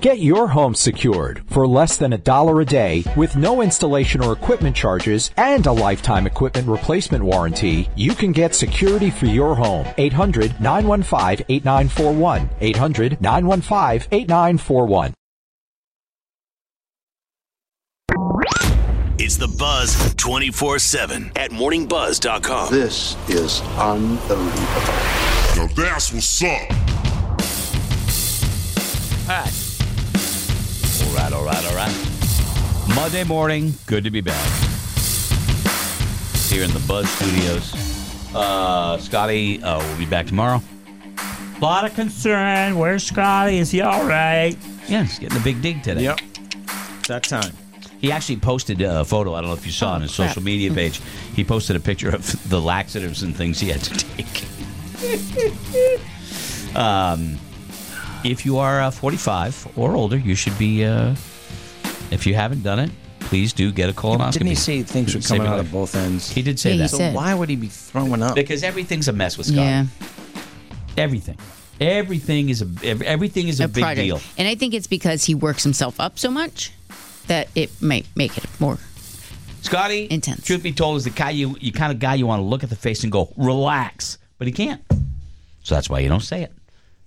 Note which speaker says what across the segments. Speaker 1: Get your home secured for less than a dollar a day with no installation or equipment charges and a lifetime equipment replacement warranty. You can get security for your home. 800-915-8941. 800-915-8941.
Speaker 2: It's the Buzz 24 7 at morningbuzz.com.
Speaker 3: This is unbelievable.
Speaker 4: Now that's what's up.
Speaker 5: All right. All right, all right, all right. Monday morning, good to be back. Here in the Buzz Studios. Uh, Scotty uh, will be back tomorrow. A lot of concern. Where's Scotty? Is he all right? Yeah, he's getting a big dig today.
Speaker 6: Yep. It's that time.
Speaker 5: He actually posted a photo. I don't know if you
Speaker 7: Oh,
Speaker 5: saw on his social media page. He posted a picture of the laxatives and things he had to take. um, if you are uh, 45 or older, you should be. Uh, if you haven't done it, please do get a colonoscopy.
Speaker 6: Didn't he say things were
Speaker 5: Save
Speaker 6: coming
Speaker 5: your
Speaker 6: out of
Speaker 5: life.
Speaker 6: both ends?
Speaker 5: He did say
Speaker 7: Yeah, he
Speaker 5: that.
Speaker 6: so
Speaker 7: said-
Speaker 6: why would he be throwing up?
Speaker 5: because everything's a mess with Scott.
Speaker 7: Yeah.
Speaker 5: Everything. Everything is a ev- everything is a, big
Speaker 7: product.
Speaker 5: deal.
Speaker 7: And I think it's because he works himself up so much that it might make it more.
Speaker 5: Scotty,
Speaker 7: Intense.
Speaker 5: Truth be told, is the guy you you kind of guy you want to look at the face and go relax, but he can't. So that's why you don't say it.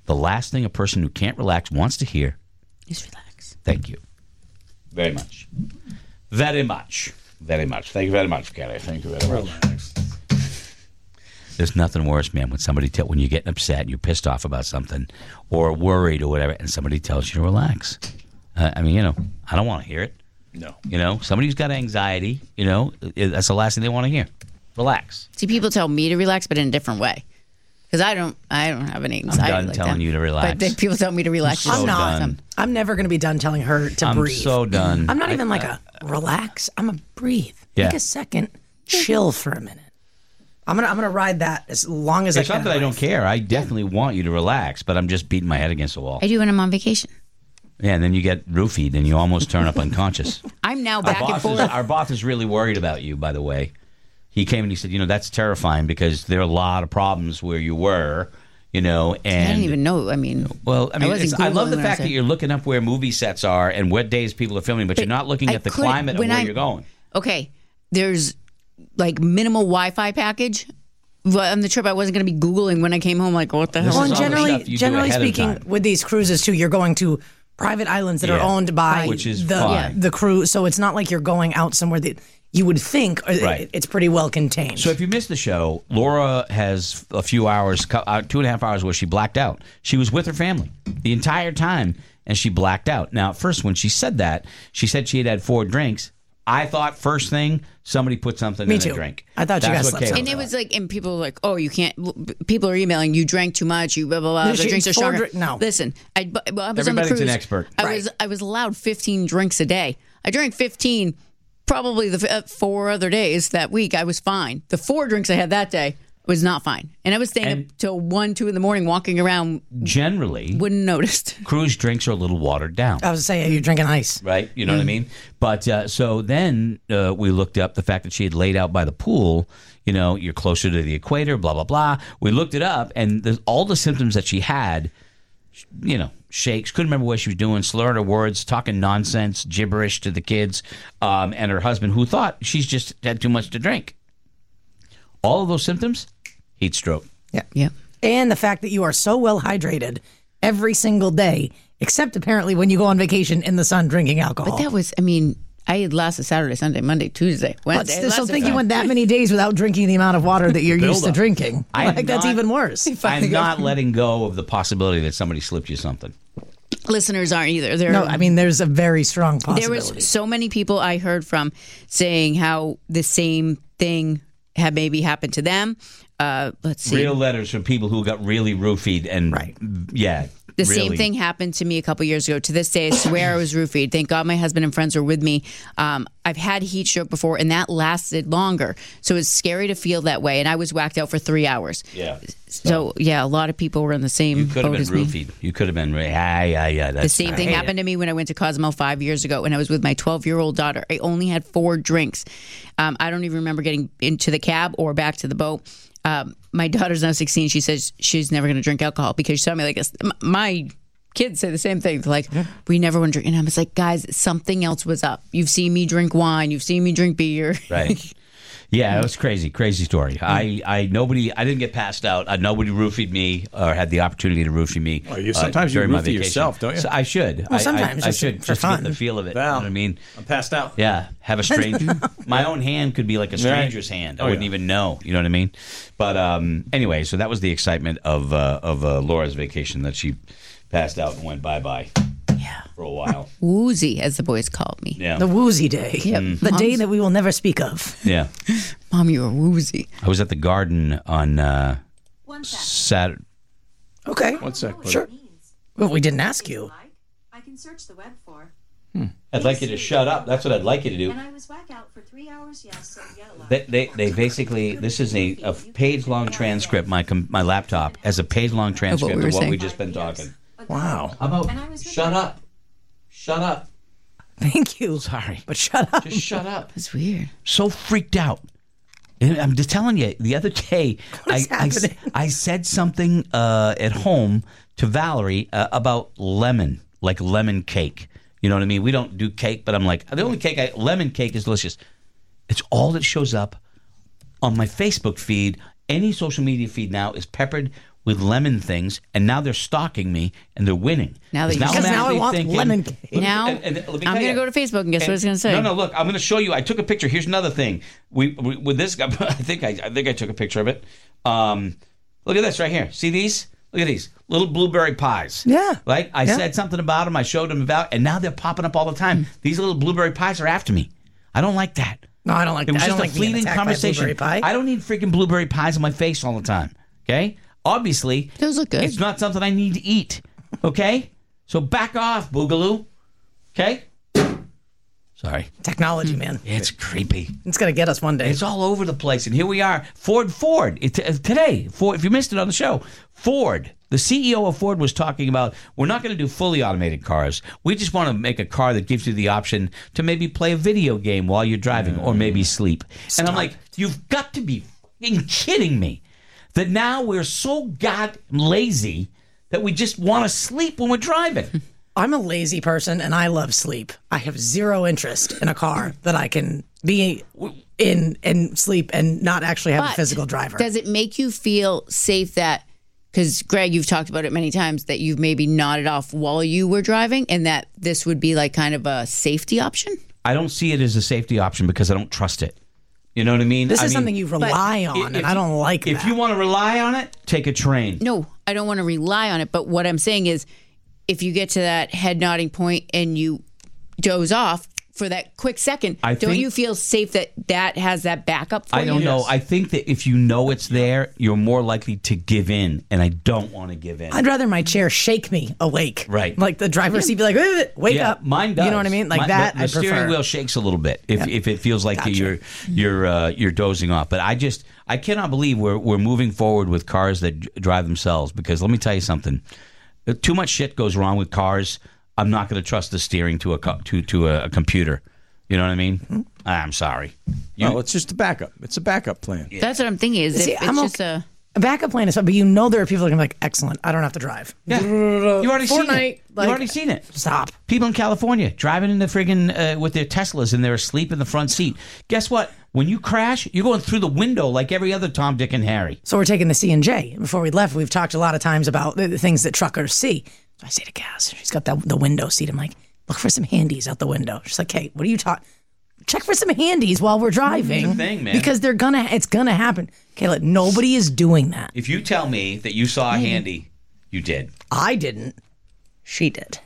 Speaker 5: The last thing a person who can't relax wants to hear.
Speaker 7: Just relax.
Speaker 5: Thank you, very much, very much, very much. Thank you very much, Gary. Thank you very much. There's nothing worse, man, when somebody tell when you're getting upset and you're pissed off about something or worried or whatever, and somebody tells you to relax. Uh, I mean, you know, I don't want to hear it.
Speaker 6: No.
Speaker 5: You know, somebody who's got anxiety, you know, i- that's the last thing they want to hear. Relax.
Speaker 7: See, people tell me to relax, but in a different way. Because I don't, I don't have any anxiety.
Speaker 5: done
Speaker 7: like
Speaker 5: telling
Speaker 7: that.
Speaker 5: you to
Speaker 7: But
Speaker 5: relax.
Speaker 7: then people tell me to relax.
Speaker 5: so
Speaker 7: It's
Speaker 5: done.
Speaker 7: awesome.
Speaker 8: I'm never going to be done telling her to
Speaker 5: I'm
Speaker 8: breathe.
Speaker 5: so done.
Speaker 8: I'm not even like a relax. I'm a breathe.
Speaker 5: Yeah.
Speaker 8: Take a second, chill for a minute. I'm gonna I'm gonna ride that as long as
Speaker 5: it's
Speaker 8: I can.
Speaker 5: not that I don't care. I definitely want you to relax, but I'm just beating my head against the wall.
Speaker 7: I do when I'm on vacation.
Speaker 5: Yeah, and then you get roofied and you almost turn up unconscious.
Speaker 7: I'm now
Speaker 5: our
Speaker 7: back and
Speaker 5: boss, is,
Speaker 7: forth.
Speaker 5: our boss is really worried about you, by the way. He came and he said, you know, that's terrifying because there are a lot of problems where you were, you know, and
Speaker 7: I didn't even know. I mean,
Speaker 5: Well, I mean,
Speaker 7: wasn't
Speaker 5: it's- I, love
Speaker 7: Googling
Speaker 5: the
Speaker 7: when I
Speaker 5: fact that
Speaker 7: said-
Speaker 5: you're looking up where movie sets are and what days people are filming, but, you're not looking
Speaker 7: I
Speaker 5: at the
Speaker 7: couldn't-
Speaker 5: climate of
Speaker 7: when
Speaker 5: where
Speaker 7: I-
Speaker 5: you're going.
Speaker 7: okay, there's like minimal Wi-Fi package. But On the trip, I wasn't going to be Googling when I came home, like, what the hell?
Speaker 5: This is
Speaker 8: Well,
Speaker 5: all
Speaker 8: and
Speaker 5: the
Speaker 8: generally,
Speaker 5: stuff you do
Speaker 8: generally
Speaker 5: ahead of
Speaker 8: speaking,
Speaker 5: time.
Speaker 8: with these cruises too, you're going to private islands that are
Speaker 5: Yeah.
Speaker 8: owned by
Speaker 5: Which is
Speaker 8: the
Speaker 5: fine.
Speaker 8: the crew. So it's not like you're going out somewhere that you would think uh,
Speaker 5: Right.
Speaker 8: it's pretty well contained.
Speaker 5: So if you missed the show, Laura has a few hours, co- uh, two and a half hours where she blacked out. She was with her family the entire time, and she blacked out. Now, at first, when she said that, she said she had had four drinks. I thought first thing somebody put something
Speaker 8: Me
Speaker 5: in a
Speaker 8: too.
Speaker 5: drink.
Speaker 8: I thought you
Speaker 5: That's
Speaker 8: guys
Speaker 5: what
Speaker 8: slept
Speaker 5: Kayla
Speaker 8: sound
Speaker 7: And it
Speaker 5: thought.
Speaker 7: was like, and people were like, oh, you can't. People are emailing, you drank too much, you blah, blah, blah.
Speaker 8: No,
Speaker 7: the
Speaker 8: she-
Speaker 7: drinks are
Speaker 8: four
Speaker 7: stronger.
Speaker 8: drink- no.
Speaker 7: Listen, I, but- well, I was on the
Speaker 5: Everybody's an
Speaker 7: cruise.
Speaker 5: expert.
Speaker 7: I,
Speaker 8: Right.
Speaker 7: was, I was allowed 15 drinks a day. I drank 15 probably the f- uh, four other days that week. I was fine. The four drinks I had that day was not fine. And I was staying
Speaker 5: And-
Speaker 7: up till one, two in the morning walking around,
Speaker 5: Generally,
Speaker 7: wouldn't noticed.
Speaker 5: cruise drinks are a little watered down.
Speaker 8: I was saying you're drinking ice.
Speaker 5: right? You know
Speaker 8: Mm.
Speaker 5: what I mean? But uh, so then uh, we looked up the fact that she had laid out by the pool. You know, you're closer to the equator, blah blah blah. We looked it up, and the, all the symptoms that she had, sh- you know, shakes, couldn't remember what she was doing, slurred her words, talking nonsense, gibberish to the kids, um, and her husband, who thought she's just had too much to drink. All of those symptoms, heat stroke.
Speaker 7: Yeah.
Speaker 8: and the fact that you are so well hydrated every single day, except apparently when you go on vacation in the sun drinking alcohol.
Speaker 7: But that was, I mean, I had lasted Saturday, Sunday, Monday, Tuesday,
Speaker 8: But
Speaker 7: Wednesday.
Speaker 8: still,
Speaker 7: lasted
Speaker 8: think you
Speaker 7: Friday.
Speaker 8: went that many days without drinking the amount of water that you're used to
Speaker 5: buildup.
Speaker 8: drinking.
Speaker 5: I am
Speaker 8: like that's
Speaker 5: not-
Speaker 8: even worse.
Speaker 5: I'm not letting go of the possibility that somebody slipped you something.
Speaker 7: Listeners aren't either. They're,
Speaker 8: No, I mean there's a very strong
Speaker 7: there
Speaker 8: possibility.
Speaker 7: was so many people I heard from saying how the same thing had maybe happened to them. uh, let's see.
Speaker 5: Real letters from people who got really roofied and
Speaker 8: Right.
Speaker 5: Yeah.
Speaker 7: The same
Speaker 5: really.
Speaker 7: thing happened to me a couple years ago. To this day, I swear I was roofied. Thank God my husband and friends were with me. Um, I've had heat stroke before, and that lasted longer. So it's scary to feel that way. And I was whacked out for three hours.
Speaker 5: Yeah.
Speaker 7: So yeah, a lot of people were in the same
Speaker 5: You could have
Speaker 7: boat
Speaker 5: been
Speaker 7: as me.
Speaker 5: roofied. You could have been. ra- Yeah, yeah, yeah. That's
Speaker 7: The same thing happened to me when I went to Cosmo five years ago, and I was with my 12 year old daughter. I only had four drinks. Um, I don't even remember getting into the cab or back to the boat. Um, my daughter's now 16. She says she's never going to drink alcohol because she saw me like this. M- My kids say the same thing. They're like, we never want to drink. And I was like, guys, something else was up. You've seen me drink wine. You've seen me drink beer.
Speaker 5: Right. Yeah, it was crazy, crazy story.
Speaker 7: Mm.
Speaker 5: I, I, nobody, I didn't get passed out. Uh, nobody roofied me or had the opportunie to roofie me. uh,
Speaker 6: Oh, you- sometimes you
Speaker 5: during my
Speaker 6: roofie
Speaker 5: vacation.
Speaker 6: yourself, don't you?
Speaker 5: So I should. I- I,
Speaker 8: sometimes,
Speaker 5: I,
Speaker 8: just
Speaker 5: should
Speaker 8: for
Speaker 5: just to get
Speaker 8: fun.
Speaker 5: the feel of it. You know
Speaker 6: Val.
Speaker 5: what I mean?
Speaker 6: I'm passed out.
Speaker 5: Yeah, have a stranger. My own hand could be like a stranger's hand. I
Speaker 6: Oh,
Speaker 5: wouldn't
Speaker 6: yeah.
Speaker 5: even know. You know what I mean? But um, anyway, so that was the excitement of uh, of uh, Laura's vacation that she passed out and went bye bye. Yeah. For a while.
Speaker 7: Woozy, as the boys called me.
Speaker 5: Yeah. Mm.
Speaker 8: The woozy day. The day that we will never speak of.
Speaker 5: yeah.
Speaker 7: Mom, you were woozy.
Speaker 5: I was at the garden on uh, Saturday.
Speaker 8: Okay.
Speaker 6: One sec, buddy.
Speaker 8: Sure. Well, we didn't ask you.
Speaker 9: I can search the web for.
Speaker 5: I'd like you to shut up. That's what I'd like you to do.
Speaker 9: And I was whack out for three hours, yes, so yellow.
Speaker 5: They, they, they basically this is a, a page long transcript. My com- my laptop has a page long transcript of
Speaker 7: we were
Speaker 5: what we
Speaker 7: saying.
Speaker 5: just been talking.
Speaker 6: Wow.
Speaker 5: How about
Speaker 9: And I was with
Speaker 5: shut
Speaker 9: her.
Speaker 5: up, shut up,
Speaker 8: Thank you.
Speaker 5: Sorry.
Speaker 8: But shut up.
Speaker 5: just shut up.
Speaker 7: That's weird.
Speaker 5: so freaked out. And I'm just telling you, the other day, I,
Speaker 8: is
Speaker 5: I, s-
Speaker 8: happening?
Speaker 5: I said something uh, at home to Valerie uh, about lemon, like lemon cake. You know what I mean? We don't do cake, but I'm like, the only cake I, lemon cake is delicious. It's all that shows up on my Facebook feed. Any social media feed now is peppered with lemon things, and now they're stalking me and they're winning.
Speaker 7: Now that you-
Speaker 5: I'm
Speaker 7: Because
Speaker 8: now I
Speaker 5: actually
Speaker 8: want lemon cake.
Speaker 5: Let me-
Speaker 7: Now,
Speaker 5: and- and let me
Speaker 7: I'm
Speaker 5: tell
Speaker 7: gonna
Speaker 5: you-
Speaker 7: go to Facebook and guess what it's gonna say.
Speaker 5: No, no, look, I'm going to show you. I took a picture. Here's another thing. We, we with this guy, I think I, I think I took a picture of it. Um, look at this right here. See these? Look at these little blueberry pies.
Speaker 8: Yeah.
Speaker 5: Right. I
Speaker 8: Yeah. Hmm.
Speaker 5: said something about them. I showed them about, and now they're popping up all the time. These little blueberry pies are after me. I don't like that.
Speaker 8: No, I don't like
Speaker 5: It was
Speaker 8: that. I
Speaker 5: just
Speaker 8: don't
Speaker 5: a
Speaker 8: like being
Speaker 5: fleeting
Speaker 8: attacked by a
Speaker 5: conversation.
Speaker 8: blueberry pie.
Speaker 5: I don't need freaking blueberry pies in my face all the time. Okay. Obviously,
Speaker 7: Those look good.
Speaker 5: It's not something I need to eat. Okay. So back off, Boogaloo. Okay. Sorry. Hmm.
Speaker 8: Technology, man.
Speaker 5: It's creepy.
Speaker 8: It's going to get us one day.
Speaker 5: It's all over the place, and here we are. Ford, Ford. It, uh, today, Ford. If you missed it on the show, Ford, the CEO of Ford, was talking about we're not going to do fully automated cars. We just want to make a car that gives you the option to maybe play a video game while you're driving, or
Speaker 8: Mm.
Speaker 5: maybe sleep. And I'm like, you've got to be fucking kidding me! That now we're so god lazy that we just want to sleep when we're driving.
Speaker 8: I'm a lazy person and I love sleep. I have zero interest in a car that I can be in and sleep and not actually have a
Speaker 7: But
Speaker 8: physical driver.
Speaker 7: Does it make you feel safe that because Greg, you've talked about it many times that you've maybe nodded off while you were driving, and that this would be like kind of a safety option?
Speaker 5: I don't see it as a safety option because I don't trust it. You know what I mean?
Speaker 8: this
Speaker 5: I
Speaker 8: is
Speaker 5: mean-
Speaker 8: something you rely on, and I don't like
Speaker 5: If
Speaker 8: that.
Speaker 5: you want to rely on it, take a train.
Speaker 7: No, I don't want to rely on it. But what I'm saying is, if you get to that head nodding point and you doze off for that quick second,
Speaker 5: I
Speaker 7: don't
Speaker 5: think-
Speaker 7: you feel safe that that has that backup for
Speaker 5: I don't
Speaker 7: you?
Speaker 5: know. I think that if you know it's there, you're more likely to give in, and I don't want to give in.
Speaker 8: I'd rather my chair shake me awake.
Speaker 5: Right.
Speaker 8: Like the driver's seat be like, "Wait, wake
Speaker 5: yeah,
Speaker 8: up.
Speaker 5: mine does.
Speaker 8: You know what I mean? Like
Speaker 5: Mine-
Speaker 8: that,
Speaker 5: The, the
Speaker 8: I
Speaker 5: steering
Speaker 8: prefer.
Speaker 5: wheel shakes a little bit if, if it feels like
Speaker 8: Gotcha.
Speaker 5: you're you're uh, you're dozing off. But I just I cannot believe we're we're moving forward with cars that d- drive themselves. Because let me tell you something, Uh, too much shit goes wrong with cars. I'm not going to trust the steering to a co- to to a, a computer. You know what I mean?
Speaker 8: Mm-hmm.
Speaker 5: Ah, I'm sorry.
Speaker 8: Oh,
Speaker 5: You,
Speaker 6: No, it's just a backup. It's a backup plan.
Speaker 7: That's what I'm thinking. Is
Speaker 8: See,
Speaker 7: if it's
Speaker 8: I'm
Speaker 7: just
Speaker 8: okay-
Speaker 7: a
Speaker 8: A backup plan is fine, but you know there are people that can be like, excellent, I don't have to drive.
Speaker 5: Yeah. You already seen
Speaker 8: Fortnite,
Speaker 5: it.
Speaker 8: like-
Speaker 5: you already seen it.
Speaker 8: Stop.
Speaker 5: People in California driving in the friggin' uh, with their Teslas and they're asleep in the front seat. Guess what? When you crash, you're going through the window like every other Tom, Dick, and Harry.
Speaker 8: So we're taking the C and J. Before we left, we've talked a lot of times about the, the things that truckers see. So I say to Cass, she's got that the window seat. I'm like, look for some handies out the window. She's like, hey, what are you talking? Check for some handies while we're driving.
Speaker 5: thing, man.
Speaker 8: Because they're gonna, it's gonna happen. Kayla, nobody is doing that.
Speaker 5: If you tell me that you saw a handy, you did.
Speaker 8: I didn't. She did.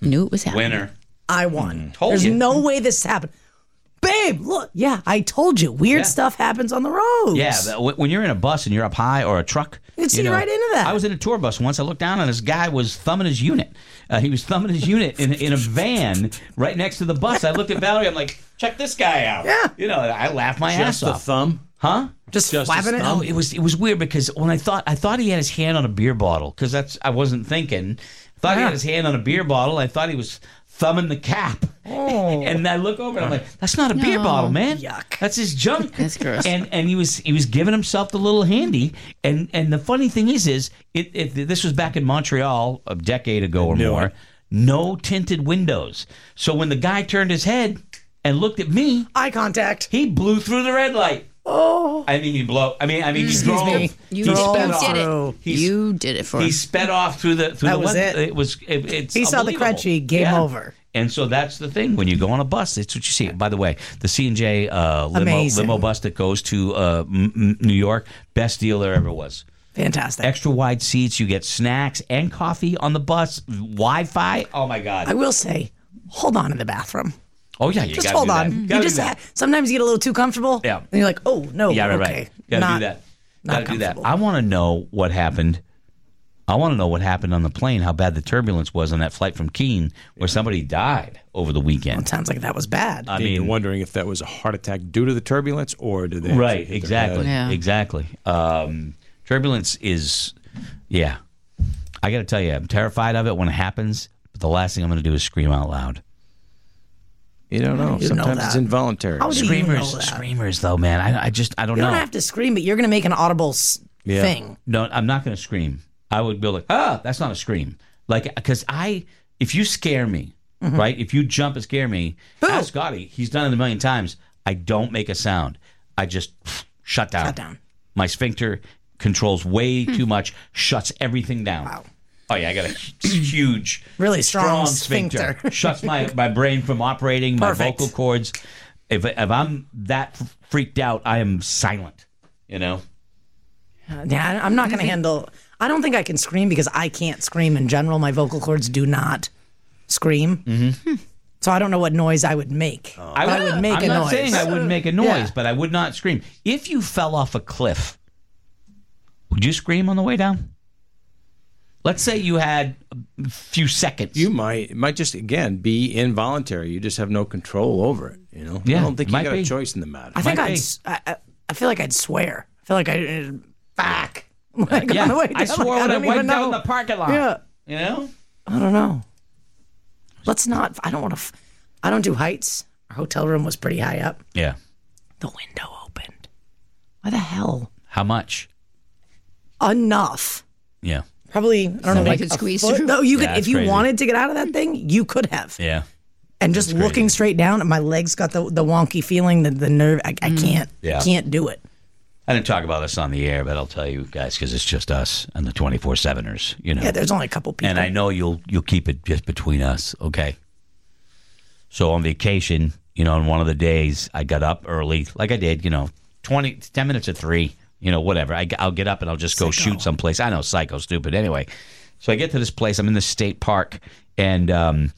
Speaker 7: knew it was happening.
Speaker 5: Winner.
Speaker 8: I won.
Speaker 5: Hmm, Told
Speaker 8: There's
Speaker 5: you.
Speaker 8: no way this happened. Bam! babe, look, yeah, I told you, weird
Speaker 5: Yeah.
Speaker 8: stuff happens on the roads.
Speaker 5: Yeah, but wh- when you're in a bus and you're up high or a truck,
Speaker 8: You can see right into that.
Speaker 5: I was in a tour bus once. I looked down and this guy was thumbing his unit. Uh, he was thumbing his unit in, in a van right next to the bus. I looked at Valerie. I'm like, check this guy out.
Speaker 8: Yeah.
Speaker 5: you know, and I laughed my
Speaker 6: Just
Speaker 5: ass
Speaker 6: the
Speaker 5: off.
Speaker 6: thumb.
Speaker 5: huh?
Speaker 8: just,
Speaker 6: Just
Speaker 8: flapping
Speaker 6: his
Speaker 8: it.
Speaker 5: No,
Speaker 6: thumb.
Speaker 5: it was it was weird because when I thought I thought he had his hand on a beer bottle because that's I wasn't thinking. I thought he had his hand on a beer bottle. I thought he was thumbing the cap. and I look over and I'm like, that's not a beer
Speaker 7: Oh. No.
Speaker 5: bottle, man.
Speaker 8: Yuck.
Speaker 5: That's his junk.
Speaker 7: That's gross.
Speaker 5: And and he was he was giving himself the little handy. And and the funny thing is is it, it this was back in Montreal a decade ago or
Speaker 6: knew
Speaker 5: more.
Speaker 6: it.
Speaker 5: No tinted windows. So when the guy turned his head and looked at me,
Speaker 8: Eye contact.
Speaker 5: he blew through the red light. Oh. I mean, he blow. I mean, I mean, he drove.
Speaker 8: me.
Speaker 7: You,
Speaker 5: he
Speaker 7: you
Speaker 5: sped off.
Speaker 7: did it.
Speaker 5: He's-
Speaker 7: you did it for
Speaker 5: He
Speaker 7: us.
Speaker 5: sped off through the through
Speaker 8: That
Speaker 5: the
Speaker 8: was
Speaker 5: one-
Speaker 8: it.
Speaker 5: was. It, it's
Speaker 8: He saw the
Speaker 5: unbelievable.
Speaker 8: crunchy, game over.
Speaker 5: And so that's the thing when you go on a bus, it's what you see. By the way, the C and J uh, limo
Speaker 8: Amazing.
Speaker 5: limo bus that goes to uh, m- m- New York, best deal there ever was.
Speaker 8: Fantastic.
Speaker 5: Extra wide seats, you get snacks and coffee on the bus, Wi-Fi. Oh my
Speaker 8: I
Speaker 5: god!
Speaker 8: will say, hold on in the bathroom.
Speaker 5: Oh yeah, you
Speaker 8: Just
Speaker 5: gotta
Speaker 8: hold
Speaker 5: do that.
Speaker 8: on.
Speaker 5: Gotta
Speaker 8: You
Speaker 5: do
Speaker 8: just
Speaker 5: that.
Speaker 8: ha- sometimes you get a little too comfortable.
Speaker 5: Yeah.
Speaker 8: And you're like, oh no.
Speaker 5: Yeah, right,
Speaker 8: okay.
Speaker 5: right. Gotta
Speaker 8: Not-
Speaker 5: do that.
Speaker 8: not
Speaker 5: Gotta do that.
Speaker 8: comfortable.
Speaker 5: I want to know what happened. I want to know what happened on the plane, how bad the turbulence was on that flight from Keene, where somebody died over the weekend.
Speaker 8: Sounds like that was bad.
Speaker 5: I
Speaker 6: You're
Speaker 5: mean,
Speaker 6: wondering if that was a heart attack due to the turbulence or did they actually hit
Speaker 5: right,
Speaker 6: their
Speaker 5: exactly.
Speaker 6: head?
Speaker 7: Yeah.
Speaker 5: Exactly. Um, turbulence is, yeah. I got to tell you, I'm terrified of it when it happens, but the last thing I'm going to do is scream out loud.
Speaker 6: You don't know.
Speaker 8: know
Speaker 6: Sometimes
Speaker 8: that.
Speaker 6: it's involuntary.
Speaker 8: How do you know
Speaker 5: Screamers,
Speaker 8: that?
Speaker 5: screamers, though, man. I, I just, I don't
Speaker 8: You
Speaker 5: know.
Speaker 8: don't have to scream, but you're going to make an audible s-
Speaker 6: Yeah.
Speaker 8: thing.
Speaker 5: No, I'm not going to scream. I would be like, ah, that's not a scream. Like, because I, if you scare me,
Speaker 8: Mm-hmm.
Speaker 5: right? If you jump and scare me, ask Scotty. He's done it a million times. I don't make a sound. I just shut down.
Speaker 8: Shut down. Hmm.
Speaker 5: My sphincter controls way too much, shuts everything down. Wow. Oh yeah, I got a huge,
Speaker 8: Really strong sphincter.
Speaker 5: shuts my my brain from operating. My
Speaker 8: Perfect.
Speaker 5: vocal cords. If if I'm that freaked out, I am silent. You know.
Speaker 8: Uh, Yeah, I- I'm not going to handle. I don't think I can scream because I can't scream in general. My vocal cords do not scream. Mm-hmm. So I don't know what noise I would make. I, would, make
Speaker 5: Oh. I'm
Speaker 8: a
Speaker 5: not
Speaker 8: noise.
Speaker 5: saying I wouldn't make a noise,
Speaker 8: Yeah.
Speaker 5: but I would not scream. If you fell off a cliff, would you scream on the way down? Let's say you had a few seconds.
Speaker 6: You might it might just again be involuntary. You just have no control over it. You know.
Speaker 5: Yeah,
Speaker 6: I don't think you
Speaker 5: might
Speaker 6: got
Speaker 5: be.
Speaker 6: a choice in the matter.
Speaker 8: I think
Speaker 5: might
Speaker 8: I'd.
Speaker 5: be.
Speaker 8: s- I, I- I feel like I'd swear. I feel like I. uh, Fuck. Like,
Speaker 5: Uh, yeah,
Speaker 8: on the way
Speaker 5: I
Speaker 8: down,
Speaker 5: swore
Speaker 8: like,
Speaker 5: when I,
Speaker 8: don't even
Speaker 5: wiped out
Speaker 8: know.
Speaker 5: in the parking lot.
Speaker 8: Yeah.
Speaker 5: You know?
Speaker 8: I don't know. Let's not. I don't want to. I don't do heights. Our hotel room was pretty high up.
Speaker 5: Yeah.
Speaker 8: The window opened. Why the hell?
Speaker 5: How much?
Speaker 8: Enough.
Speaker 5: Yeah.
Speaker 8: Probably. I don't know.
Speaker 7: Somebody
Speaker 8: Like
Speaker 7: could
Speaker 8: a
Speaker 7: squeeze
Speaker 8: foot.
Speaker 7: through.
Speaker 8: No, you could.
Speaker 5: Yeah,
Speaker 8: if
Speaker 5: it's
Speaker 8: you
Speaker 5: crazy.
Speaker 8: wanted to get out of that thing, you could have.
Speaker 5: Yeah.
Speaker 8: and just looking straight down, my legs got the, the wonky feeling, the, the nerve. I,
Speaker 7: Mm.
Speaker 8: I can't.
Speaker 5: Yeah.
Speaker 8: Can't do it.
Speaker 5: I didn't talk about this on the air, but I'll tell you guys because it's just us and the 24 7ers, you know.
Speaker 8: Yeah. There's only a couple people.
Speaker 5: And I know you'll you'll keep it just between us, okay? So on vacation, you know, on one of the days, I got up early, like I did, you know, 20, 10 minutes at three, you know, whatever. I, will get up and I'll just go shoot someplace. I know, psycho, stupid. Anyway, so I get to this place. I'm in the state park, and um,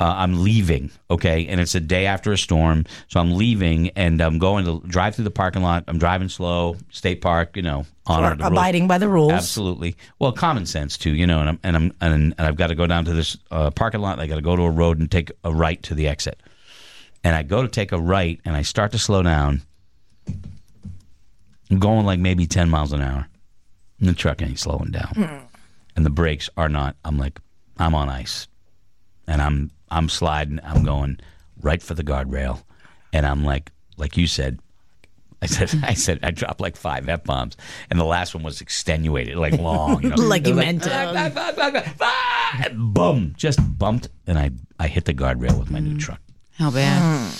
Speaker 5: uh, I'm leaving, okay? And it's a day after a storm. So I'm leaving and I'm going to drive through the parking lot. I'm driving slow, state park, you know, honor the rules.
Speaker 8: abiding by the rules.
Speaker 5: Absolutely. Well, common sense too, you know. And I'm and I'm and, and I've got to go down to this uh, parking lot. and I got to go to a road and take a right to the exit. And I go to take a right, and I start to slow down. I'm going like maybe ten miles an hour. And the truck ain't slowing down, and the brakes are not. I'm like, I'm on ice, and I'm I'm sliding. I'm going right for the guardrail, and I'm like, like you said, I said, I said, I dropped like five f bombs, and the last one was extenuated, like long, you know?
Speaker 8: Like
Speaker 5: It
Speaker 8: you
Speaker 5: was
Speaker 8: meant to.
Speaker 5: "Ah, ah, ah, ah, ah," and boom, just bumped, and I I hit the guardrail with my
Speaker 7: Mm.
Speaker 5: new truck.
Speaker 7: How bad?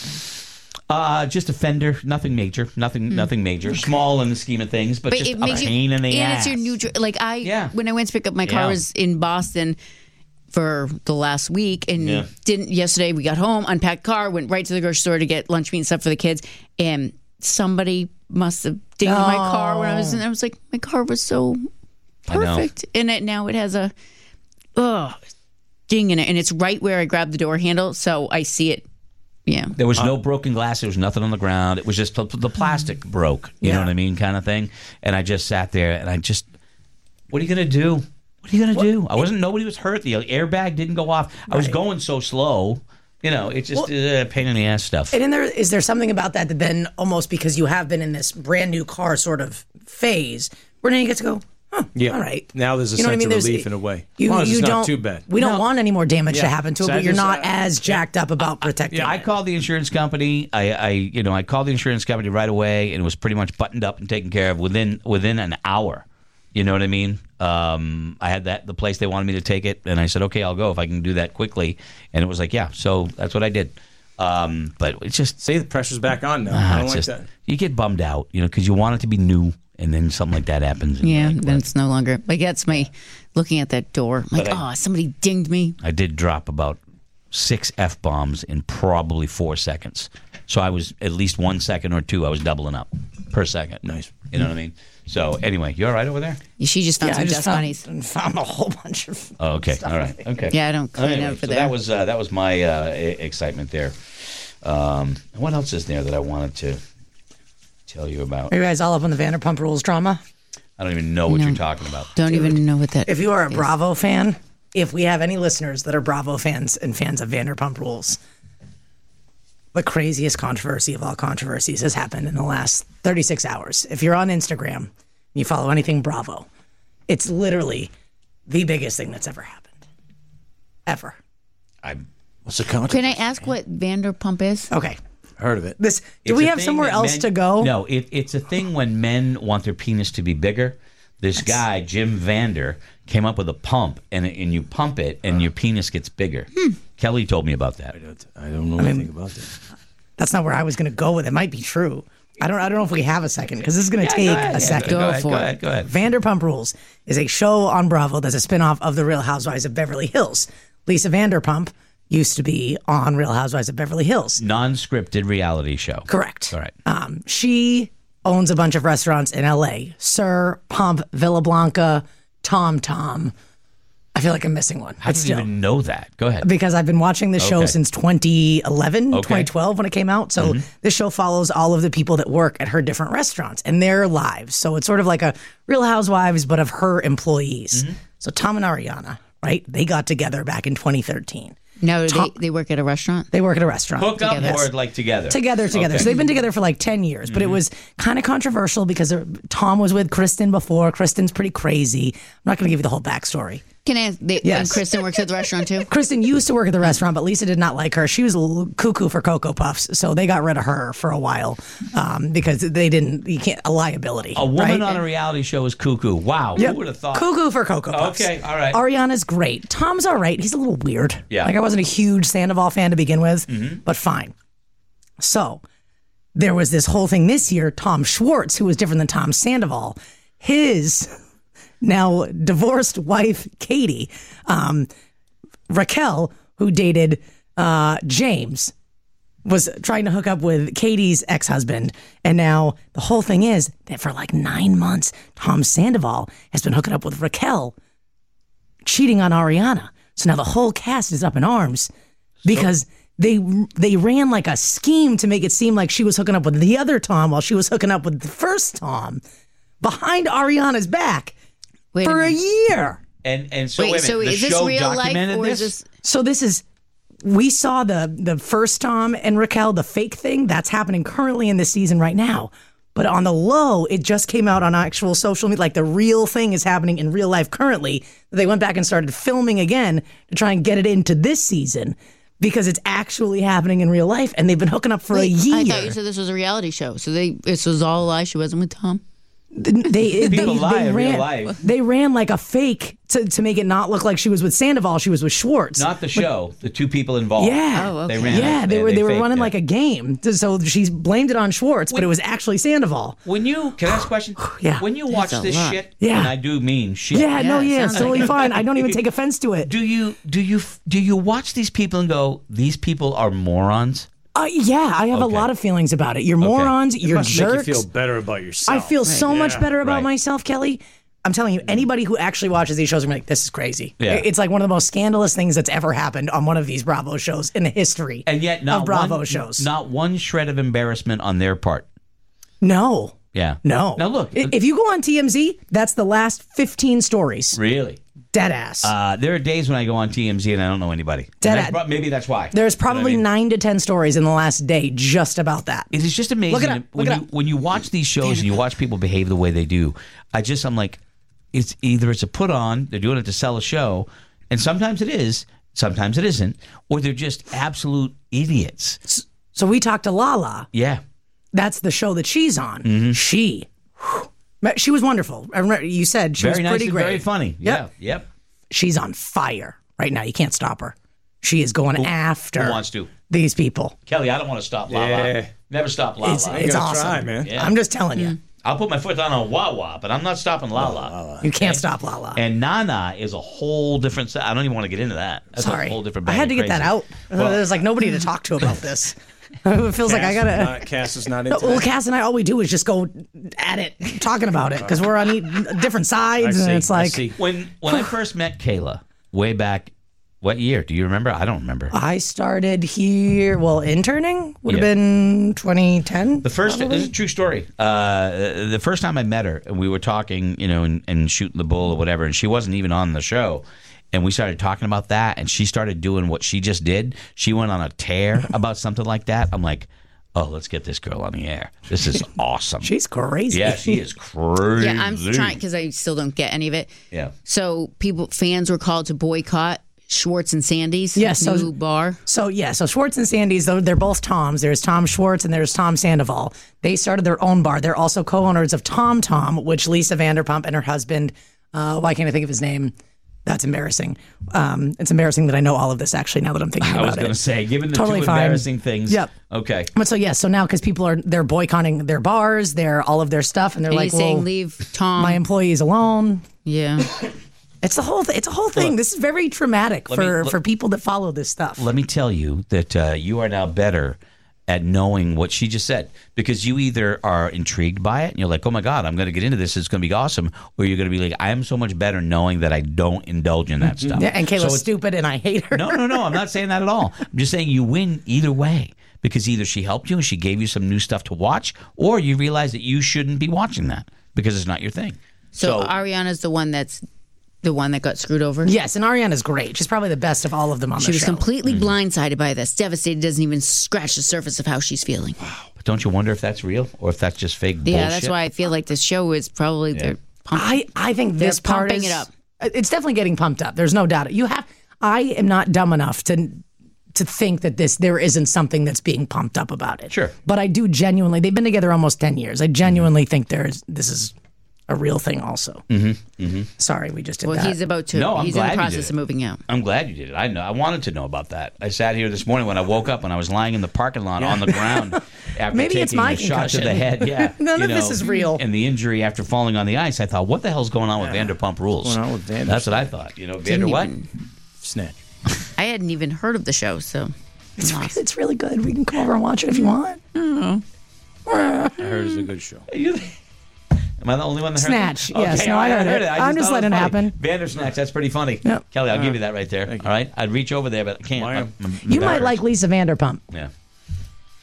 Speaker 5: Uh, just a fender, nothing major, nothing, nothing major, small in the scheme of things, but,
Speaker 7: Mm. But
Speaker 5: just
Speaker 7: it
Speaker 5: a
Speaker 7: makes you
Speaker 5: pain in the
Speaker 7: and
Speaker 5: ass.
Speaker 7: it's your new dr- like I
Speaker 5: Yeah.
Speaker 7: when I went to pick up my car
Speaker 5: Yeah.
Speaker 7: I was in Boston for the last week and
Speaker 5: Yeah.
Speaker 7: didn't yesterday we got home unpacked car went right to the grocery store to get lunch meat and stuff for the kids and somebody must have dinged my car when I was in there I was like my car was so
Speaker 5: I know.
Speaker 7: perfect and it now it has a oh ding in it and it's right where I grabbed the door handle so I see it Yeah.
Speaker 5: There was no broken glass. There was nothing on the ground. It was just the, the plastic broke. You know
Speaker 8: Yeah.
Speaker 5: what I mean, kind of thing. And I just sat there and I just, what are you gonna do? What are you gonna do? I wasn't. Nobody was hurt. The airbag didn't go off. I was going so slow. You know, it's just uh, pain in the ass stuff.
Speaker 8: And in there is there something about that that then almost because you have been in this brand new car sort of phase, where now you get to go, huh,
Speaker 6: Yeah.
Speaker 8: all right.
Speaker 6: Now there's a sense of
Speaker 8: There's-
Speaker 6: relief in a way.
Speaker 8: You,
Speaker 6: As long as
Speaker 8: you
Speaker 6: it's not
Speaker 8: don't,
Speaker 6: too bad.
Speaker 8: We don't
Speaker 5: No.
Speaker 8: want any more damage to
Speaker 6: Yeah.
Speaker 8: happen to it,
Speaker 6: So I
Speaker 8: but you're
Speaker 6: just,
Speaker 8: not
Speaker 6: uh,
Speaker 8: as jacked up about protecting
Speaker 5: I
Speaker 8: it.
Speaker 5: called the insurance company. I, I, you know, I called the insurance company right away, and it was pretty much buttoned up and taken care of within within an hour. You know what I mean? Um, I had that the place they wanted me to take it, and I said, okay, I'll go if I can do that quickly. And it was like, yeah. So that's what I did. Um, but it's just,
Speaker 6: See, the pressure's back on now.
Speaker 5: ah,
Speaker 6: I don't
Speaker 5: it's
Speaker 6: like
Speaker 5: just
Speaker 6: that.
Speaker 5: you get bummed out, you know, because you want it to be new, and then something like that happens. and you're
Speaker 7: Yeah,
Speaker 5: like,
Speaker 7: then it's no longer like that's my looking at that door. I'm like,
Speaker 5: But I-
Speaker 7: oh, somebody dinged me.
Speaker 5: I did drop about six f bombs in probably four seconds. So I was at least one second or two. I was doubling up per second.
Speaker 6: Nice.
Speaker 5: You know what I mean? So anyway, you all right over there?
Speaker 7: She just found
Speaker 8: Yeah,
Speaker 7: some
Speaker 8: I
Speaker 7: dust
Speaker 8: just found,
Speaker 7: bunnies.
Speaker 8: and found a whole bunch of.
Speaker 5: Oh, okay. All right. Okay.
Speaker 7: Yeah, I don't clean
Speaker 5: Anyway,
Speaker 7: up for
Speaker 5: so
Speaker 7: there.
Speaker 5: That was uh, that was my uh, e- excitement there. Um, what else is there that I wanted to tell you about?
Speaker 8: Are you guys all up on the Vanderpump Rules drama?
Speaker 5: I don't even know what
Speaker 7: No.
Speaker 5: you're talking about.
Speaker 7: Don't even know what that.
Speaker 8: If you are a Bravo fan, if we have any listeners that are Bravo fans and fans of Vanderpump Rules, the craziest controversy of all controversies has happened in the last 36 hours. If you're on Instagram and you follow anything Bravo, it's literally the biggest thing that's ever happened. Ever.
Speaker 5: I
Speaker 6: What's the concept?
Speaker 7: Can I ask what Vanderpump is?
Speaker 8: Okay.
Speaker 6: Heard of it.
Speaker 8: This do
Speaker 5: It's
Speaker 8: we
Speaker 5: a
Speaker 8: have
Speaker 5: thing
Speaker 8: somewhere
Speaker 5: that
Speaker 8: else
Speaker 5: men-
Speaker 8: to go?
Speaker 5: No, it, it's a thing when men want their penis to be bigger. This guy, Jim Vander, came up with a pump, and and you pump it, and your penis gets bigger.
Speaker 8: Hmm.
Speaker 5: Kelly told me about that.
Speaker 6: I don't know anything about that.
Speaker 8: That's not where I was going to go with it. Might be true. I don't I don't know if we have a second cuz this is going to take a second.
Speaker 5: Go, ahead,
Speaker 7: for
Speaker 5: go
Speaker 7: it.
Speaker 5: ahead. Go ahead.
Speaker 8: Vanderpump Rules is a show on Bravo that's a spinoff of The Real Housewives of Beverly Hills. Lisa Vanderpump used to be on Real Housewives of Beverly Hills.
Speaker 5: Non-scripted reality show.
Speaker 8: Correct.
Speaker 5: All right.
Speaker 8: Um, she owns a bunch of restaurants in LA Sir, Pump, Villa Blanca, Tom Tom. I feel like I'm missing one.
Speaker 5: I
Speaker 8: But
Speaker 5: didn't
Speaker 8: still.
Speaker 5: even know that. Go ahead.
Speaker 8: because I've been watching this show
Speaker 5: Okay.
Speaker 8: since
Speaker 5: Okay.
Speaker 8: 2011,
Speaker 5: Mm-hmm.
Speaker 8: 2012 when it came out. So this show follows all of the people that work at her different restaurants and their lives. So it's sort of like a Real Housewives, but of her employees.
Speaker 5: Mm-hmm.
Speaker 8: So Tom and Ariana, right? They got together back in 2013.
Speaker 7: No, they, they work at a restaurant.
Speaker 8: They work at a restaurant.
Speaker 5: Hook up
Speaker 8: together.
Speaker 5: or like together.
Speaker 8: Together, together.
Speaker 5: Okay. Mm-hmm.
Speaker 8: So they've been together for like 10 years, but it was kind of controversial because there- Tom was with Kristen before. Kristen's pretty crazy. I'm not going to give you the whole backstory.
Speaker 7: Can I? ask- They,
Speaker 8: Yes.
Speaker 7: And Kristen works at the restaurant too.
Speaker 8: Kristen used to work at the restaurant, but Lisa did not like her. She was a little cuckoo for Cocoa Puffs, so they got rid of her for a while um, because they didn't. You can't a liability.
Speaker 5: A woman
Speaker 8: right?
Speaker 5: on a reality show is cuckoo. Wow. Who would have thought?
Speaker 8: Cuckoo for Cocoa Puffs.
Speaker 5: Okay, all right.
Speaker 8: Ariana's great. Tom's all right. He's a little weird.
Speaker 5: Yeah.
Speaker 8: Like I wasn't a huge Sandoval fan to begin with, but fine. So there was this whole thing this year. Tom Schwartz, who was different than Tom Sandoval, his now divorced wife Katie, um, Raquel, who dated uh, James, was trying to hook up with Katie's ex husband. And now the whole thing is that for like nine months, Tom Sandoval has been hooking up with Raquel, cheating on Ariana. So now the whole cast is up in arms because. they they ran like a scheme to make it seem like she was hooking up with the other Tom while she was hooking up with the first Tom behind Ariana's back
Speaker 7: Wait a
Speaker 8: for a
Speaker 7: minute.
Speaker 8: year.
Speaker 5: And and so
Speaker 7: Wait,
Speaker 5: wait a
Speaker 7: so
Speaker 5: minute, the
Speaker 7: is this
Speaker 5: show
Speaker 7: real life
Speaker 5: documented
Speaker 7: or
Speaker 5: this?
Speaker 7: is this?
Speaker 8: So this is we saw the the first Tom and Raquel the fake thing that's happening currently in this season right now. But on the low, it just came out on actual social media. Like the real thing is happening in real life currently. They went back and started filming again to try and get it into this season because it's actually happening in real life. And they've been hooking up for a year.
Speaker 7: I thought you said this was a reality show. So they this was all a lie. She wasn't with Tom.
Speaker 8: they,
Speaker 5: People
Speaker 8: they,
Speaker 5: lie
Speaker 8: they
Speaker 5: in real
Speaker 8: ran,
Speaker 5: life.
Speaker 8: They ran like a fake to, to make it not look like she was with Sandoval. She was with Schwartz.
Speaker 5: Not the show. The two people involved.
Speaker 8: Yeah.
Speaker 7: Oh,
Speaker 5: They
Speaker 7: okay.
Speaker 5: ran.
Speaker 8: Yeah,
Speaker 5: it.
Speaker 8: they, were they, were
Speaker 5: faked
Speaker 8: running
Speaker 5: it.
Speaker 8: like a game. So she blamed it on Schwartz, but it was actually Sandoval.
Speaker 5: When you can I ask a question?
Speaker 8: Yeah.
Speaker 5: When you watch
Speaker 7: That's a
Speaker 5: this
Speaker 7: lot.
Speaker 5: shit,
Speaker 8: Yeah.
Speaker 5: and I do mean shit.
Speaker 8: Yeah, no,
Speaker 7: it
Speaker 8: yeah, it's
Speaker 7: sounds
Speaker 8: totally
Speaker 7: like it.
Speaker 8: fine. I don't even take offense to it.
Speaker 5: Do you do you do you watch these people and go, these people are morons?
Speaker 8: Uh, yeah, I have
Speaker 5: Okay.
Speaker 8: a lot of feelings about it. You're morons.
Speaker 6: It
Speaker 8: You're
Speaker 6: must make
Speaker 8: jerks.
Speaker 6: you feel better about yourself.
Speaker 8: I feel so much better about
Speaker 5: Right. Mm.
Speaker 8: myself, Kelly. I'm telling you, anybody who actually watches these shows are gonna be like, this is crazy.
Speaker 5: Yeah.
Speaker 8: It's like one of the most scandalous things that's ever happened on one of these Bravo shows in the history
Speaker 5: and yet not
Speaker 8: of Bravo
Speaker 5: one,
Speaker 8: shows.
Speaker 5: Not one shred of embarrassment on their part.
Speaker 8: no.
Speaker 5: Yeah.
Speaker 8: No.
Speaker 5: Now look.
Speaker 8: I- if you go on TMZ, that's the last 15 stories.
Speaker 5: really.
Speaker 8: Dead ass.
Speaker 5: Uh, there are days when I go on TMZ and I don't know anybody.
Speaker 8: Dead
Speaker 5: And that's
Speaker 8: at-
Speaker 5: prob- maybe that's why.
Speaker 8: There's
Speaker 5: You know what I
Speaker 8: probably
Speaker 5: mean?
Speaker 8: nine to 10 stories in the last day just about that.
Speaker 5: It is just amazing
Speaker 8: Look it up,
Speaker 5: when
Speaker 8: look it
Speaker 5: you
Speaker 8: up.
Speaker 5: when you watch these shows and you watch people behave the way they do. I just I'm like, it's either it's a put on, they're doing it to sell a show, and sometimes it is, sometimes it isn't, or they're just absolute idiots.
Speaker 8: So we talked to Lala.
Speaker 5: Yeah.
Speaker 8: That's the show that she's on.
Speaker 5: Mm-hmm.
Speaker 8: She. whew, She was wonderful. I remember you said she
Speaker 5: Very
Speaker 8: was
Speaker 5: nice
Speaker 8: pretty
Speaker 5: and
Speaker 8: great.
Speaker 5: very funny.
Speaker 8: Yep.
Speaker 5: Yeah. Yep.
Speaker 8: She's on fire right now. You can't stop her. She is going after
Speaker 5: who wants to?
Speaker 8: these people.
Speaker 5: Kelly, I don't want to stop Lala.
Speaker 6: Yeah.
Speaker 5: Never stop Lala.
Speaker 8: It's, it's
Speaker 6: gonna
Speaker 8: awesome.
Speaker 6: try, man.
Speaker 8: I'm just telling you.
Speaker 5: I'll put my foot down on Wawa, but I'm not stopping Lala.
Speaker 8: You can't stop Lala.
Speaker 5: And Nana is a whole different. se- I don't even want to get into that. That's
Speaker 8: Sorry.
Speaker 5: a whole different.
Speaker 8: I
Speaker 5: bag
Speaker 8: had
Speaker 5: of
Speaker 8: to get that
Speaker 5: crazy.
Speaker 8: out. There's like nobody to talk to about this. it feels like
Speaker 6: Cass
Speaker 8: I
Speaker 6: is
Speaker 8: gotta.
Speaker 6: Not, Cass is not into
Speaker 8: Well,
Speaker 6: that.
Speaker 8: Cass and I, all we do is just go at it, talking about it, because we're on e- different
Speaker 6: I
Speaker 8: sides,
Speaker 6: see,
Speaker 8: and it's
Speaker 6: I
Speaker 8: like
Speaker 6: see.
Speaker 5: When when I first met Kayla way back, what year? Do you remember? I don't remember.
Speaker 8: I started here. Well, interning would have
Speaker 5: Yeah.
Speaker 8: been 2010.
Speaker 5: The first this is a true story. Uh, the first time I met her, and we were talking, you know, and, and shooting the bull or whatever, and she wasn't even on the show. And we started talking about that, and she started doing what she just did. She went on a tear about something like that. I'm like, oh, let's get this girl on the air. This is awesome.
Speaker 8: She's crazy.
Speaker 5: yeah, she is crazy.
Speaker 7: Yeah, I'm trying because I still don't get any of it.
Speaker 5: Yeah.
Speaker 7: So people, fans were called to boycott Schwartz and Sandy's
Speaker 8: Yes, so-
Speaker 7: new bar.
Speaker 8: So yeah, so Schwartz and Sandy's though they're both Toms. There's Tom Schwartz and there's Tom Sandoval. They started their own bar. They're also co-owners of Tom Tom, which Lisa Vanderpump and her husband. Uh, why can't I think of his name? That's embarrassing. Um, it's embarrassing that I know all of this actually. Now that I'm thinking
Speaker 5: I
Speaker 8: about
Speaker 5: was
Speaker 8: it,
Speaker 5: going to say, given the
Speaker 8: Totally
Speaker 5: two
Speaker 8: fine.
Speaker 5: embarrassing things.
Speaker 8: Yep.
Speaker 5: Okay.
Speaker 8: But so yes, so now because people are they're boycotting their bars, they're all of their stuff, and they're
Speaker 7: And
Speaker 8: like,
Speaker 7: he's saying,
Speaker 8: well,
Speaker 7: "Leave Tom."
Speaker 8: my employees alone.
Speaker 7: yeah.
Speaker 8: It's a whole th- it's a whole thing. this is very traumatic
Speaker 5: me-
Speaker 8: for
Speaker 5: let-
Speaker 8: for people that follow this stuff.
Speaker 5: Let me tell you that uh, you are now better at knowing what she just said because you either are intrigued by it and you're like, oh my God, I'm going to get into this. It's going to be awesome. Or you're going to be like, I am so much better knowing that I don't indulge in that stuff.
Speaker 8: yeah, and Kayla's
Speaker 5: it's-
Speaker 8: stupid, and I hate her.
Speaker 5: No, no, no. I'm not saying that at all. I'm just saying you win either way because either she helped you and she gave you some new stuff to watch, or you realize that you shouldn't be watching that because it's not your thing.
Speaker 7: So, Ariana's the one that's the one that got screwed over.
Speaker 8: Yes, and Ariana's great. She's probably the best of all of them on
Speaker 7: She
Speaker 8: the
Speaker 7: was
Speaker 8: show.
Speaker 7: completely
Speaker 5: Mm-hmm.
Speaker 7: blindsided by this. Devastated, doesn't even scratch the surface of how she's feeling.
Speaker 5: But don't you wonder if that's real or if that's just fake
Speaker 7: Yeah,
Speaker 5: bullshit?
Speaker 7: that's why I feel like this show is probably they're pumping.
Speaker 8: I I think this part
Speaker 7: pumping
Speaker 8: is, Uh,
Speaker 7: it up.
Speaker 8: It's definitely getting pumped up. There's no doubt. You have. I am not dumb enough to to think that this there isn't something that's being pumped up about it.
Speaker 5: Sure.
Speaker 8: But I do genuinely. They've been together almost ten years. I genuinely think there's this is a real thing. Also. Mm-hmm. Sorry, we just did
Speaker 7: well,
Speaker 8: that.
Speaker 7: he's about to.
Speaker 5: No, I'm
Speaker 7: he's
Speaker 5: glad you
Speaker 7: in the
Speaker 5: did
Speaker 7: process
Speaker 5: it.
Speaker 7: of moving out.
Speaker 5: I'm glad you did it. I know. I wanted to know about that. I sat here this morning when I woke up and I was lying in the parking lot on the ground after
Speaker 8: Maybe
Speaker 5: taking
Speaker 8: it's my
Speaker 5: a shot to the
Speaker 8: concussion.
Speaker 5: head. Yeah,
Speaker 8: None of this is real.
Speaker 5: And the injury after falling on the ice, I thought, what the hell's going on with Vanderpump Rules?
Speaker 6: going on with Vander-
Speaker 5: That's what I thought. You know, Vander what?
Speaker 7: even-
Speaker 6: Snitch.
Speaker 7: I hadn't even heard of the show, so
Speaker 8: it's, re- it's really good. We can come over and watch it if you want.
Speaker 6: I heard it's a good show.
Speaker 5: Are you- Am I the only one that heard
Speaker 8: Snatch.
Speaker 5: That?
Speaker 8: Yes, no, I heard it. I'm just
Speaker 5: thought it
Speaker 8: letting
Speaker 5: was
Speaker 8: it
Speaker 5: funny.
Speaker 8: happen.
Speaker 5: Vandersnatch. That's pretty funny.
Speaker 8: Yep.
Speaker 5: Kelly, I'll give you that right there. All right, I'd reach over there, but I can't.
Speaker 6: Why am-
Speaker 5: My- my- my
Speaker 8: You might
Speaker 5: back
Speaker 8: like
Speaker 5: hurts.
Speaker 8: Lisa Vanderpump.
Speaker 5: Yeah.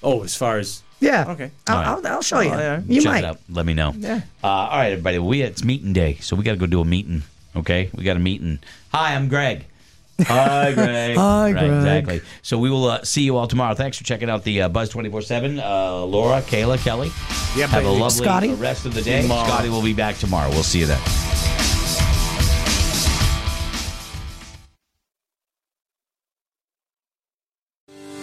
Speaker 6: Oh, as far as
Speaker 8: Yeah.
Speaker 6: Okay.
Speaker 8: I'll,
Speaker 5: All
Speaker 8: I'll, I'll show you.
Speaker 6: yeah.
Speaker 8: You
Speaker 5: Check
Speaker 8: might.
Speaker 5: it out. Let me know. Yeah. Uh, all right, everybody. We it's meeting day, so we got to go do a meeting. Okay, we got a meeting. Hi, I'm Greg. Hi, Greg. Hi, right,
Speaker 8: Greg.
Speaker 5: Exactly. So we will uh, see you all tomorrow. Thanks for checking out the uh, Buzz twenty four seven. Uh, Laura, Kayla, Kelly.
Speaker 6: Yeah,
Speaker 5: Have a
Speaker 6: baby.
Speaker 5: lovely
Speaker 8: Scotty.
Speaker 5: rest of the day.
Speaker 6: Tomorrow.
Speaker 5: Scotty will be back tomorrow. We'll see you then.